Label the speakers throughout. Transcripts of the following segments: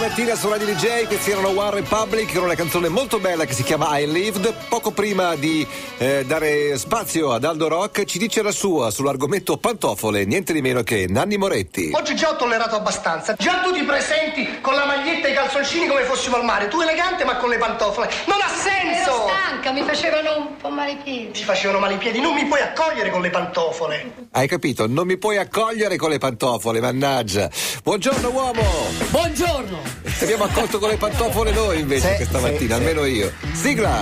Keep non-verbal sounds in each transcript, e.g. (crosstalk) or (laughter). Speaker 1: mattina su Radio DJ, questi erano One Republic con una canzone molto bella che si chiama I Lived. Poco prima di eh, dare spazio ad Aldo Rock ci dice la sua sull'argomento pantofole, niente di meno che Nanni Moretti.
Speaker 2: Oggi già ho tollerato abbastanza. Già tu ti presenti con la maglietta e i calzoncini come fossimo al mare. Tu elegante ma con le pantofole. Non ha senso!
Speaker 3: Ero stanca, mi facevano un po' male i piedi.
Speaker 2: Ci facevano male i piedi, non mi puoi accogliere con le pantofole.
Speaker 1: Hai capito? Non mi puoi accogliere con le pantofole, mannaggia. Buongiorno uomo!
Speaker 4: Buongiorno!
Speaker 1: Ti abbiamo accolto con le pantofole noi invece
Speaker 5: Sì,
Speaker 1: questa
Speaker 5: sì,
Speaker 1: mattina,
Speaker 5: sì.
Speaker 1: almeno io. Sigla!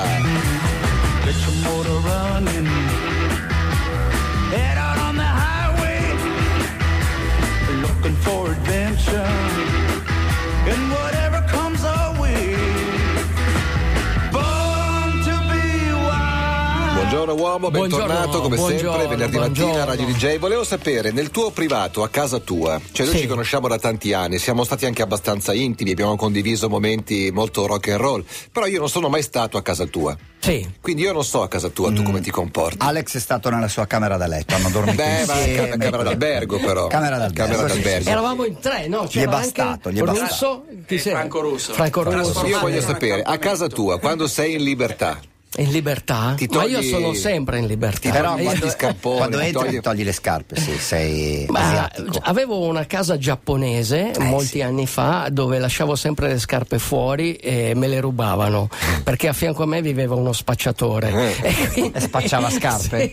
Speaker 6: Get your motor running. Head out on the highway. Looking for adventure. And whatever comes our way. Born to be wild.
Speaker 1: Buongiorno uomo,
Speaker 4: Buongiorno,
Speaker 1: bentornato come
Speaker 4: buongiorno,
Speaker 1: sempre, venerdì mattina
Speaker 4: buongiorno.
Speaker 1: Radio DJ. Volevo sapere, nel tuo privato, a casa tua, cioè noi
Speaker 4: Sì.
Speaker 1: ci conosciamo da tanti anni, siamo stati anche abbastanza intimi, abbiamo condiviso momenti molto rock and roll, però io non sono mai stato a casa tua.
Speaker 4: Sì.
Speaker 1: Quindi io non so a casa tua
Speaker 4: Mm.
Speaker 1: tu come ti comporti.
Speaker 5: Alex è stato nella sua camera da letto, hanno dormito
Speaker 1: Beh, ma è
Speaker 5: insieme. Ecco.
Speaker 1: ca- camera d'albergo però.
Speaker 5: Camera d'albergo, sì,
Speaker 1: d'albergo.
Speaker 5: sì,
Speaker 4: Eravamo in tre, no? C'era
Speaker 5: Gli è bastato,
Speaker 4: anche
Speaker 5: gli è bastato.
Speaker 4: Russo, chi c'era?
Speaker 7: Eh, Franco Russo.
Speaker 4: Franco
Speaker 7: Franco
Speaker 4: Russo.
Speaker 1: Io
Speaker 7: Russo.
Speaker 1: voglio
Speaker 7: Ah,
Speaker 1: sapere, a casa tua, quando sei in libertà,
Speaker 4: In libertà?
Speaker 1: Ti
Speaker 4: Ma
Speaker 1: togli-
Speaker 4: io sono sempre in libertà.
Speaker 5: Però
Speaker 4: Io-
Speaker 5: quando,
Speaker 1: gli scapponi,
Speaker 5: quando
Speaker 1: ti
Speaker 5: entri
Speaker 1: togli-
Speaker 5: togli... togli le scarpe, sì, sei
Speaker 4: Ma
Speaker 5: asiatico.
Speaker 4: eh, avevo una casa giapponese molti
Speaker 5: sì.
Speaker 4: anni fa dove lasciavo sempre le scarpe fuori e me le rubavano perché a fianco a me viveva uno spacciatore. (laughs) E quindi-
Speaker 5: spacciava scarpe?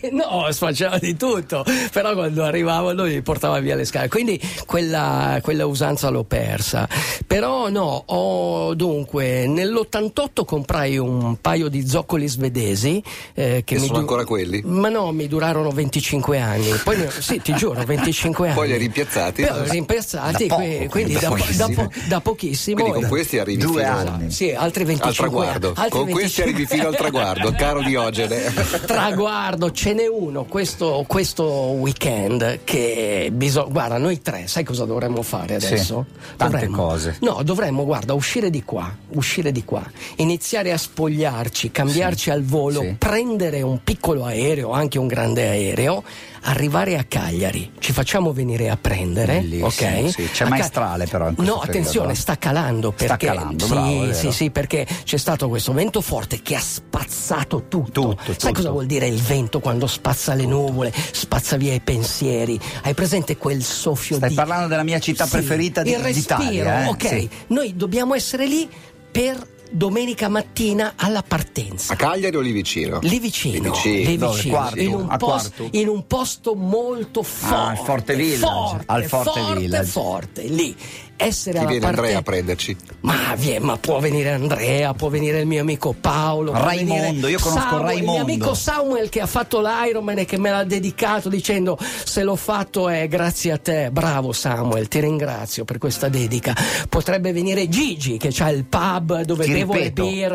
Speaker 4: (laughs) Sì, no, spacciava di tutto, però quando arrivavo lui mi portava via le scarpe, quindi quella, quella usanza l'ho persa. Però no, ho, dunque nell'88 comprai un paio di zoccoli svedesi eh, che
Speaker 1: E
Speaker 4: mi
Speaker 1: sono ancora quelli?
Speaker 4: Ma no, mi durarono 25 anni. Poi ne- sì, ti giuro, 25 anni.
Speaker 1: Poi li hai rimpiazzati?
Speaker 4: Però rimpiazzati,
Speaker 5: Da
Speaker 4: que-
Speaker 5: poco,
Speaker 4: quindi da,
Speaker 5: da
Speaker 4: po- da
Speaker 5: pochissimo.
Speaker 4: po- da pochissimo.
Speaker 1: quindi con
Speaker 4: E-
Speaker 1: questi arrivi
Speaker 5: Due
Speaker 1: fino
Speaker 5: anni.
Speaker 4: Sì, altri 25
Speaker 1: al traguardo.
Speaker 4: altri
Speaker 1: Con
Speaker 4: 25
Speaker 1: questi arrivi fino al traguardo, caro
Speaker 4: (laughs)
Speaker 1: Diogene.
Speaker 4: Traguardo, ce n'è uno questo, questo weekend che bisogna. Guarda, noi tre, sai cosa dovremmo fare
Speaker 5: Sì,
Speaker 4: adesso?
Speaker 5: tante
Speaker 4: Dovremmo-
Speaker 5: cose.
Speaker 4: No, dovremmo, guarda, uscire di qua, uscire di qua, iniziare a spogliarci, cambiarci al volo,
Speaker 5: sì.
Speaker 4: prendere un piccolo aereo, anche un grande aereo, arrivare a Cagliari. Ci facciamo venire a prendere,
Speaker 5: Bellissimo,
Speaker 4: ok?
Speaker 5: sì. C'è
Speaker 4: A
Speaker 5: maestrale, però, in questo
Speaker 4: No,
Speaker 5: periodo,
Speaker 4: attenzione,
Speaker 5: no?
Speaker 4: sta calando
Speaker 5: Sta
Speaker 4: perché
Speaker 5: calando,
Speaker 4: sì,
Speaker 5: bravo, è vero.
Speaker 4: sì, sì, perché c'è stato questo vento forte che ha spazzato tutto.
Speaker 5: Tutto,
Speaker 4: Sai
Speaker 5: tutto.
Speaker 4: cosa vuol dire il vento quando spazza le nuvole, spazza via i pensieri? Hai presente quel soffio
Speaker 5: Stai
Speaker 4: di-
Speaker 5: parlando della mia città
Speaker 4: Sì,
Speaker 5: preferita di,
Speaker 4: il respiro,
Speaker 5: d'Italia. eh?
Speaker 4: ok.
Speaker 5: Sì.
Speaker 4: Noi dobbiamo essere lì per domenica mattina alla partenza.
Speaker 1: A Cagliari o lì vicino?
Speaker 4: Lì vicino,
Speaker 1: Lì vicino.
Speaker 4: lì
Speaker 5: Dove?
Speaker 4: vicino,
Speaker 5: Quartu?
Speaker 4: in, un
Speaker 5: A
Speaker 4: posto-
Speaker 5: Quartu?
Speaker 4: in un posto molto
Speaker 5: Ah,
Speaker 4: forte,
Speaker 5: al Forte Village,
Speaker 4: forte,
Speaker 5: al Forte
Speaker 4: forte,
Speaker 5: Village.
Speaker 4: forte, lì. Essere
Speaker 1: Ti
Speaker 4: alla
Speaker 1: viene Andrea a
Speaker 4: partenza-
Speaker 1: prenderci.
Speaker 4: ma, vie- ma può venire Andrea, può venire il mio amico Paolo. può
Speaker 5: Raimondo,
Speaker 4: venire
Speaker 5: io conosco
Speaker 4: Samuel,
Speaker 5: Raimondo.
Speaker 4: Il mio amico Samuel che ha fatto l'Ironman e che me l'ha dedicato dicendo se l'ho fatto è grazie a te. Bravo Samuel, ti ringrazio per questa dedica. Potrebbe venire Gigi che ha il pub dove
Speaker 5: Ti
Speaker 4: bevo
Speaker 5: ripeto,
Speaker 4: le birre.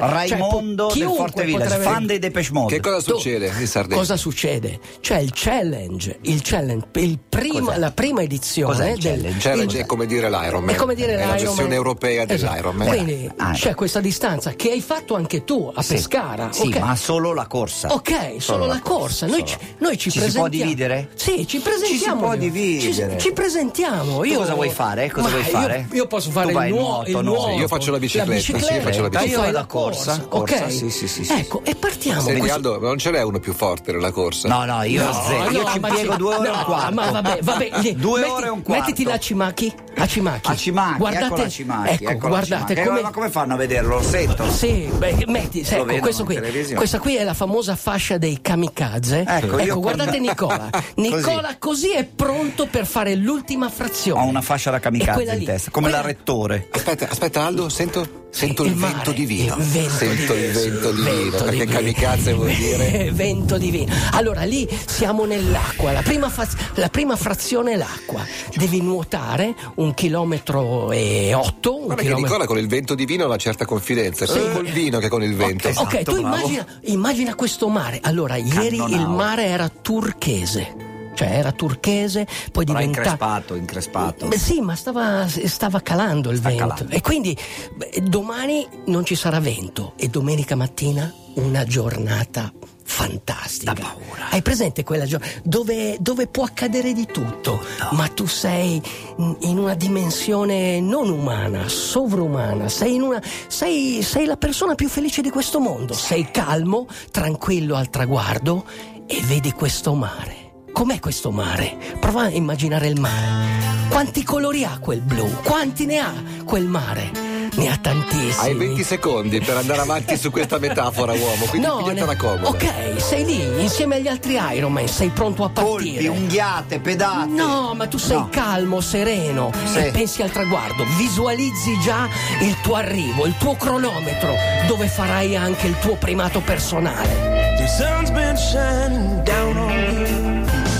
Speaker 4: Cioè,
Speaker 5: Raimondo
Speaker 4: po-
Speaker 5: del
Speaker 4: chiunque
Speaker 5: Forte Village,
Speaker 4: potrebbe
Speaker 5: fan
Speaker 4: venire.
Speaker 5: dei Depeche Mode.
Speaker 1: Che cosa
Speaker 4: Tu-
Speaker 1: succede in Sardegna?
Speaker 4: Cosa succede? C'è il challenge, il challenge il prima-
Speaker 5: Cos'è?
Speaker 4: la prima edizione
Speaker 5: Cos'è il
Speaker 4: del
Speaker 5: challenge?
Speaker 1: Challenge è come dire l'Iron Man.
Speaker 4: è come dire
Speaker 1: È la
Speaker 4: l'Iron
Speaker 1: gestione
Speaker 4: Man.
Speaker 1: europea
Speaker 4: Esatto.
Speaker 1: dell'Iron Man.
Speaker 4: Quindi
Speaker 5: Ah,
Speaker 4: c'è questa distanza che hai fatto anche tu a
Speaker 5: Sì.
Speaker 4: Pescara.
Speaker 5: Sì,
Speaker 4: ok?
Speaker 5: ma solo la corsa.
Speaker 4: Ok, solo la corsa. Noi, ci,
Speaker 5: solo la-
Speaker 4: noi ci,
Speaker 5: Ci si
Speaker 4: presentiamo.
Speaker 5: può dividere?
Speaker 4: Sì, ci presentiamo.
Speaker 5: può
Speaker 4: Ci-
Speaker 5: dividere.
Speaker 4: Ci, presentiamo.
Speaker 5: Tu
Speaker 4: io,
Speaker 5: cosa vuoi fare? Cosa
Speaker 4: Ma
Speaker 5: vuoi
Speaker 4: io-
Speaker 5: fare?
Speaker 4: Io, posso
Speaker 5: Tu
Speaker 4: fare il,
Speaker 5: vai
Speaker 4: nuo-
Speaker 5: nuoto,
Speaker 4: il
Speaker 5: no?
Speaker 4: nuoto,
Speaker 1: Sì, io faccio la bicicletta, sì, io faccio la
Speaker 4: tu fai
Speaker 5: bicicletta.
Speaker 4: la corsa.
Speaker 5: Io vado a corsa,
Speaker 4: ok?
Speaker 5: sì, sì, sì, sì.
Speaker 4: Ecco, e partiamo.
Speaker 1: Senti
Speaker 4: Questo-
Speaker 1: Aldo, ma non ce n'è uno più forte nella corsa?
Speaker 5: No, no, io
Speaker 4: No,
Speaker 5: zero. Io
Speaker 4: no,
Speaker 5: ci
Speaker 4: ma
Speaker 5: piego
Speaker 4: ci-
Speaker 5: due ore
Speaker 4: no,
Speaker 5: e un quarto.
Speaker 4: Ma vabbè,
Speaker 5: (laughs)
Speaker 4: vabbè. lì,
Speaker 5: Due
Speaker 4: metti-
Speaker 5: ore e un quarto.
Speaker 4: Mettiti la Cimachi. A Cimachi.
Speaker 5: A Cimachi,
Speaker 4: Guardate,
Speaker 5: ecco la Cimachi.
Speaker 4: ecco,
Speaker 5: ecco la
Speaker 4: guardate
Speaker 5: Cimachi. Eh,
Speaker 4: come.
Speaker 5: ma come fanno a vederlo? Lo sento.
Speaker 4: Sì, beh, metti, sì,
Speaker 5: Lo
Speaker 4: ecco,
Speaker 5: vedono
Speaker 4: questo
Speaker 5: in
Speaker 4: qui.
Speaker 5: televisione.
Speaker 4: Questa qui è la famosa fascia dei kamikaze.
Speaker 5: Ecco, io-
Speaker 1: (laughs)
Speaker 4: guardate Nicola. Nicola così. è pronto per fare l'ultima frazione.
Speaker 5: Ho una fascia da
Speaker 4: È
Speaker 5: kamikaze
Speaker 4: quella
Speaker 5: in
Speaker 4: lì.
Speaker 5: testa, come
Speaker 4: Quella-
Speaker 5: la rettore.
Speaker 1: Aspetta, aspetta Aldo, sento, sento il,
Speaker 4: il mare,
Speaker 1: vento divino.
Speaker 4: il vento
Speaker 1: sento il
Speaker 4: divino,
Speaker 1: vento
Speaker 4: il
Speaker 1: divino,
Speaker 4: vento
Speaker 1: perché
Speaker 4: divino.
Speaker 1: kamikaze
Speaker 4: (laughs)
Speaker 1: vuol dire...
Speaker 4: Eh, Vento divino. Allora lì siamo nell'acqua, la prima, fa- la prima frazione è l'acqua. Devi nuotare un chilometro e otto. Un
Speaker 1: Guarda che
Speaker 4: chilometro...
Speaker 1: Nicola con il vento divino ha una certa confidenza, è più col vino che con il vento.
Speaker 4: Eh. Ok,
Speaker 5: Esatto,
Speaker 4: tu
Speaker 5: bravo.
Speaker 4: immagina, immagina questo mare. Allora, ieri il
Speaker 5: Cannonau.
Speaker 4: mare era turchese. Cioè era turchese, poi
Speaker 5: Però
Speaker 4: diventava...
Speaker 5: increspato, increspato.
Speaker 4: Beh, sì, ma stava, stava calando il
Speaker 5: Sta
Speaker 4: vento.
Speaker 5: calando.
Speaker 4: E quindi beh, domani non ci sarà vento e domenica mattina una giornata fantastica.
Speaker 5: Da paura.
Speaker 4: Hai presente quella gio- dove, dove può accadere di tutto, ma tu sei in in una dimensione non umana, sovrumana, sei, in una- sei- sei la persona più felice di questo mondo, sei calmo, tranquillo al traguardo e vedi questo mare. Com'è questo mare? Prova a immaginare il mare. Quanti colori ha quel blu? Quanti ne ha quel mare? Ne ha tantissimi.
Speaker 1: Hai 20 secondi per andare avanti su questa metafora, uomo, quindi
Speaker 4: No,
Speaker 1: pigliatela
Speaker 4: ne-
Speaker 1: comoda.
Speaker 4: Ok, sei lì insieme agli altri Iron Man, sei pronto a
Speaker 5: Colpi,
Speaker 4: partire.
Speaker 5: unghiate, pedate.
Speaker 4: No, ma tu sei
Speaker 5: No.
Speaker 4: calmo, sereno
Speaker 5: Sì.
Speaker 4: e pensi al traguardo, visualizzi già il tuo arrivo, il tuo cronometro, dove farai anche il tuo primato personale.
Speaker 6: The sun's been shining down on you.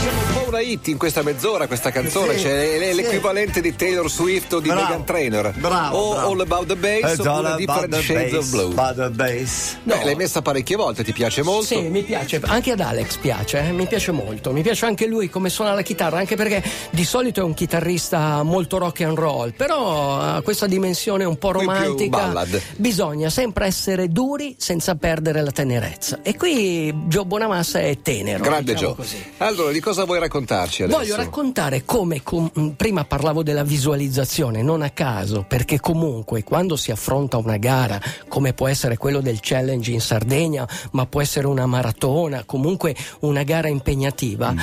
Speaker 1: Siamo un po' una hit in questa mezz'ora, questa canzone,
Speaker 5: Sì,
Speaker 1: cioè, è l-
Speaker 5: sì.
Speaker 1: l'equivalente di Taylor Swift o di
Speaker 5: Bravo,
Speaker 1: Megan Trainor.
Speaker 5: Bravo.
Speaker 1: O
Speaker 5: bravo.
Speaker 1: All About the Bass
Speaker 5: It's all
Speaker 1: oppure
Speaker 5: about
Speaker 1: Different
Speaker 5: the
Speaker 1: Shades
Speaker 5: bass,
Speaker 1: of Blue.
Speaker 5: about the bass.
Speaker 1: Beh, l'hai messa parecchie volte, ti piace molto.
Speaker 4: Sì, mi piace, anche ad Alex piace, eh, mi piace molto, mi piace anche lui come suona la chitarra, anche perché di solito è un chitarrista molto rock and roll, però ha questa dimensione un po'
Speaker 1: Qui più
Speaker 4: romantica.
Speaker 1: ballad.
Speaker 4: Bisogna sempre essere duri senza perdere la tenerezza. E qui Gio Bonamassa è tenero.
Speaker 1: Grande
Speaker 4: diciamo
Speaker 1: Joe.
Speaker 4: così.
Speaker 1: Allora, di cosa vuoi raccontarci adesso?
Speaker 4: Voglio raccontare come, com- mh, prima parlavo della visualizzazione, non a caso, perché comunque quando si affronta una gara, come può essere quello del challenge in Sardegna, ma può essere una maratona, comunque una gara impegnativa,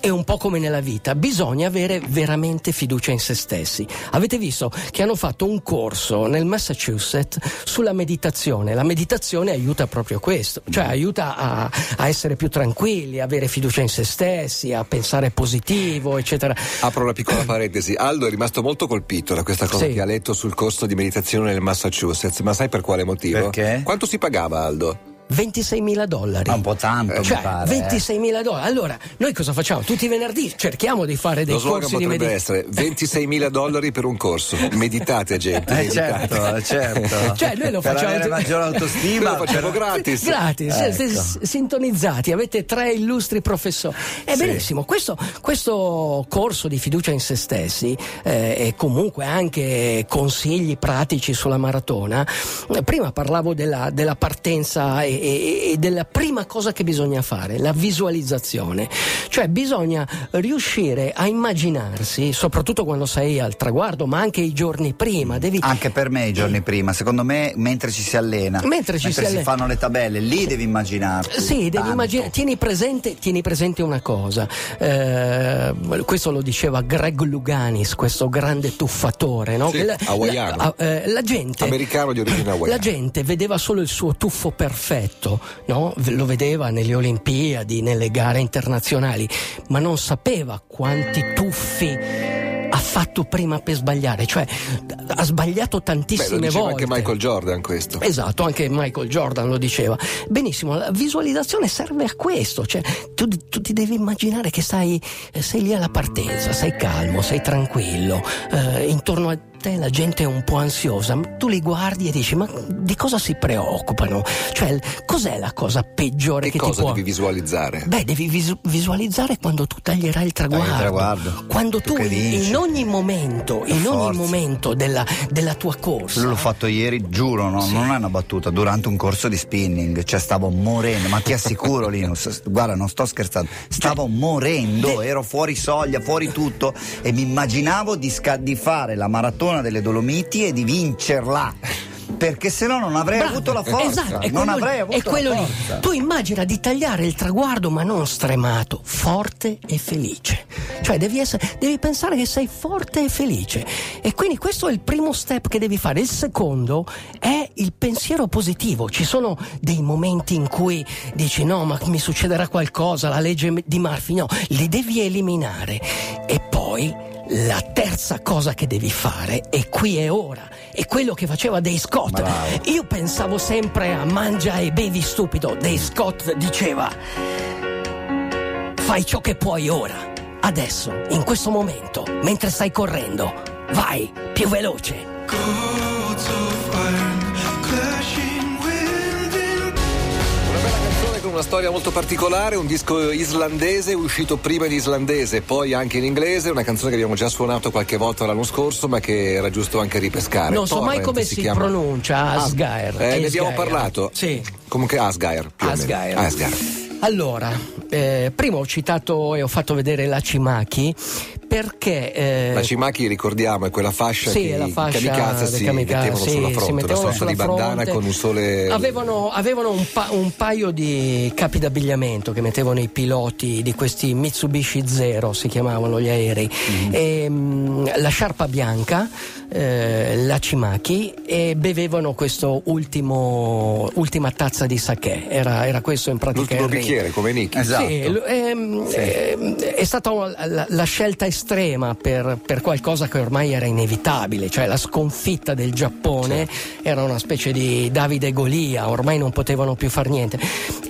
Speaker 4: è un po' come nella vita, bisogna avere veramente fiducia in se stessi. Avete visto che hanno fatto un corso nel Massachusetts sulla meditazione, la meditazione aiuta proprio questo, cioè aiuta a, a essere più tranquilli, a avere fiducia in se stessi, a pensare positivo, eccetera.
Speaker 1: Apro una piccola parentesi. Aldo è rimasto molto colpito da questa cosa
Speaker 4: Sì.
Speaker 1: che ha letto sul corso di meditazione nel Massachusetts, ma sai per quale motivo?
Speaker 5: Perché?
Speaker 1: Quanto si pagava Aldo?
Speaker 4: 26 mila dollari.
Speaker 5: Ah, un po' tanto,
Speaker 4: Cioè,
Speaker 5: mi pare. eh.
Speaker 4: 26 mila dollari. Allora, noi cosa facciamo? Tutti i venerdì cerchiamo di fare dei
Speaker 1: Lo slogan
Speaker 4: corsi di
Speaker 1: potrebbe
Speaker 4: meditazione.
Speaker 1: essere 26 mila dollari per un corso. Meditate, gente.
Speaker 5: Eh,
Speaker 1: meditate.
Speaker 5: certo, certo.
Speaker 4: (laughs) Cioè, noi lo
Speaker 5: per
Speaker 4: facciamo
Speaker 5: avere
Speaker 4: tu-
Speaker 5: maggiore autostima.
Speaker 1: Noi lo facciamo
Speaker 5: per-
Speaker 1: gratis.
Speaker 4: Gratis,
Speaker 5: Ecco.
Speaker 4: siete s- sintonizzati, avete tre illustri professori. È benissimo, questo, questo corso di fiducia in se stessi eh, e comunque anche consigli pratici sulla maratona, eh, prima parlavo della, della partenza e, e- e della prima cosa che bisogna fare, la visualizzazione. Cioè bisogna riuscire a immaginarsi, soprattutto quando sei al traguardo, ma anche i giorni prima, devi
Speaker 5: Anche per me i giorni prima, secondo me mentre ci si allena,
Speaker 4: Mm. Mentre ci si
Speaker 5: si,
Speaker 4: allena.
Speaker 5: fanno le tabelle, lì devi immaginarti.
Speaker 4: Sì, devi
Speaker 5: tanto.
Speaker 4: immaginare, tieni presente, tieni presente una cosa, eh, questo lo diceva Greg Luganis, questo grande tuffatore, no?
Speaker 1: Sì,
Speaker 4: Che
Speaker 1: hawaiano.
Speaker 4: La, eh, la gente...
Speaker 1: Americano di origine hawaiana.
Speaker 4: La gente vedeva solo il suo tuffo perfetto, no? Ve- lo vedeva nelle Olimpiadi, nelle gare internazionali, ma non sapeva quanti tuffi ha fatto prima per sbagliare, cioè ha sbagliato
Speaker 1: Beh, lo
Speaker 4: tantissime
Speaker 1: diceva
Speaker 4: volte.
Speaker 1: anche Michael Jordan questo.
Speaker 4: Esatto, anche Michael Jordan lo diceva. Benissimo, la visualizzazione serve a questo, cioè tu, tu ti devi immaginare che stai, eh, sei lì alla partenza, sei calmo, sei tranquillo, eh, intorno a te la gente è un po' ansiosa, ma tu li guardi e dici ma di cosa si preoccupano? Cioè l- cos'è la cosa peggiore
Speaker 1: Che
Speaker 4: che, ti
Speaker 1: cosa
Speaker 4: può...
Speaker 1: devi visualizzare?
Speaker 4: Beh, devi visu- visualizzare quando tu taglierai il traguardo.
Speaker 5: Dai, il traguardo.
Speaker 4: Quando
Speaker 5: Tu
Speaker 4: tu,
Speaker 5: che
Speaker 4: in,
Speaker 5: vinci.
Speaker 4: ogni momento, in ogni
Speaker 5: forza.
Speaker 4: momento della, della tua corsa,
Speaker 5: L'ho fatto ieri, giuro, no, non è una battuta, durante un corso di spinning, cioè stavo morendo, ma
Speaker 4: (laughs)
Speaker 5: ti assicuro Linus, s- guarda non sto scherzando, stavo morendo, ero fuori soglia, fuori tutto e mi immaginavo di, sca- di fare la maratona delle Dolomiti e di vincerla, perché se no non avrei
Speaker 4: Bravo,
Speaker 5: avuto la forza,
Speaker 4: esatto, è quello
Speaker 5: non
Speaker 4: lì,
Speaker 5: avrei avuto
Speaker 4: è quello
Speaker 5: la
Speaker 4: lì.
Speaker 5: forza.
Speaker 4: Tu immagina di tagliare il traguardo, ma non stremato, forte e felice. Cioè, devi, essere- devi pensare che sei forte e felice. E quindi questo è il primo step che devi fare. Il secondo è il pensiero positivo. Ci sono dei momenti in cui dici no, ma mi succederà qualcosa, la legge di Murphy. No, li devi eliminare. E poi. La terza cosa che devi fare è qui e ora, è quello che faceva Dave Scott. Io pensavo sempre a mangia e bevi stupido. Dave Scott diceva: Fai ciò che puoi ora, adesso, in questo momento, mentre stai correndo. Vai più veloce.
Speaker 1: Eh,
Speaker 6: Goats of iron, clashing wind in
Speaker 1: Una bella canzone canzone con una storia molto particolare, un disco islandese uscito prima in islandese, poi anche in inglese, una canzone che abbiamo già suonato qualche volta l'anno scorso, ma che era giusto anche ripescare.
Speaker 4: Non so mai
Speaker 1: Torrent
Speaker 4: come si,
Speaker 1: chiama.
Speaker 4: pronuncia
Speaker 1: Ah,
Speaker 4: Asgair.
Speaker 1: eh, ne abbiamo
Speaker 4: Asgair.
Speaker 1: parlato.
Speaker 4: Sì.
Speaker 1: Comunque Asgair. più o meno.
Speaker 4: Asgair.
Speaker 1: Asgair.
Speaker 4: Allora, eh, prima ho citato e ho fatto vedere la Cimachi perché... eh,
Speaker 1: La Cimaki, ricordiamo, è quella fascia
Speaker 4: sì,
Speaker 1: che
Speaker 4: la
Speaker 1: i
Speaker 4: fascia
Speaker 1: kamikaze
Speaker 4: del
Speaker 1: si
Speaker 4: kamikaze,
Speaker 1: mettevano
Speaker 4: sì,
Speaker 1: sulla
Speaker 4: si
Speaker 1: fronte, una
Speaker 4: mettevano
Speaker 1: sorta
Speaker 4: sulla
Speaker 1: di bandana
Speaker 4: fronte.
Speaker 1: con un sole.
Speaker 4: Avevano, avevano un, pa- un paio di capi d'abbigliamento che mettevano i piloti di questi Mitsubishi Zero, si chiamavano gli aerei,
Speaker 1: Mhm.
Speaker 4: E, mh, la sciarpa bianca, eh, la Cimaki e bevevano questo ultimo, ultima tazza di sake, era, era questo in pratica
Speaker 1: L'ultimo
Speaker 4: il rito.
Speaker 1: bicchiere, come Nicky.
Speaker 5: Esatto.
Speaker 4: Sì, lo- ehm, ehm, è stata una- la, la scelta estrema per, per qualcosa che ormai era inevitabile, cioè la sconfitta del Giappone era una specie di Davide e Golia, ormai non potevano più far niente.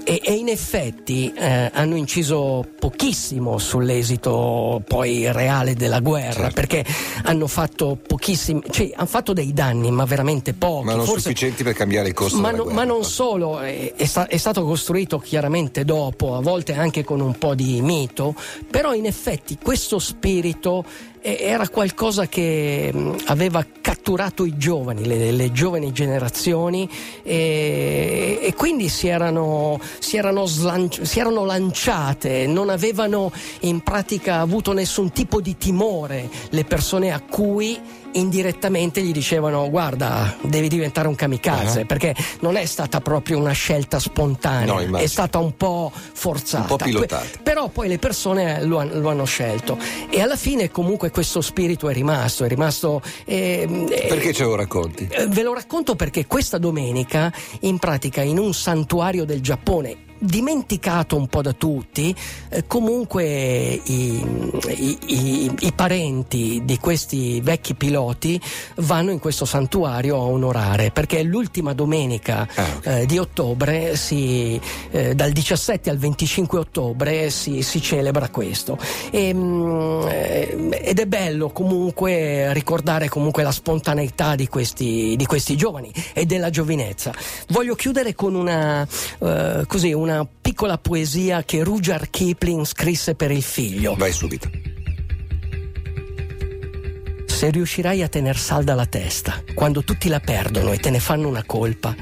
Speaker 4: E, e in effetti eh, hanno inciso pochissimo sull'esito poi reale della guerra,
Speaker 1: Certo.
Speaker 4: perché hanno fatto pochissimi, cioè, hanno fatto dei danni, ma veramente pochi.
Speaker 1: Ma non
Speaker 4: forse-
Speaker 1: sufficienti per cambiare il corso
Speaker 4: ma,
Speaker 1: della
Speaker 4: no-
Speaker 1: guerra.
Speaker 4: ma non solo, eh, è, sta- è stato costruito chiaramente dopo, a volte anche con un po' di mito, però in effetti questo spirito eh, era qualcosa che mh, aveva catturato i giovani, le, le giovani generazioni e, e quindi si erano, si erano slanci- si erano lanciate, non avevano in pratica avuto nessun tipo di timore le persone a cui indirettamente gli dicevano guarda devi diventare un kamikaze
Speaker 1: Ah.
Speaker 4: perché non è stata proprio una scelta
Speaker 1: No,
Speaker 4: spontanea
Speaker 1: immagino.
Speaker 4: è stata un po' forzata
Speaker 1: Un po' pilotata.
Speaker 4: Que- però poi le persone lo, han- lo hanno scelto e alla fine comunque questo spirito è rimasto è rimasto ehm, eh,
Speaker 1: Perché ce lo racconti?
Speaker 4: eh, Ve lo racconto perché questa domenica, in pratica, in un santuario del Giappone, dimenticato un po' da tutti, eh, comunque i, i- i- i parenti di questi vecchi piloti vanno in questo santuario a onorare, perché l'ultima domenica
Speaker 1: Ah, ok.
Speaker 4: eh, di ottobre, si, eh, dal 17 al 25 ottobre si, si celebra questo. E, mm, eh, ed è bello comunque ricordare comunque la spontaneità di questi, di questi giovani e della giovinezza. Voglio chiudere con una, eh, così, una piccola poesia che Rudyard Kipling scrisse per il figlio.
Speaker 1: Vai subito.
Speaker 4: Se riuscirai a tener salda la testa quando tutti la perdono e te ne fanno una colpa,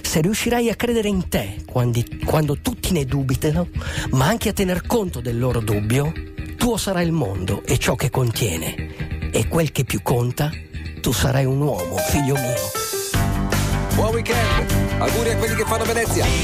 Speaker 4: se riuscirai a credere in te quando, quando tutti ne dubitano, ma anche a tener conto del loro dubbio, tuo sarà il mondo e ciò che contiene. E quel che più conta, tu sarai un uomo, figlio mio.
Speaker 1: Buon weekend! Auguri a quelli che fanno Venezia!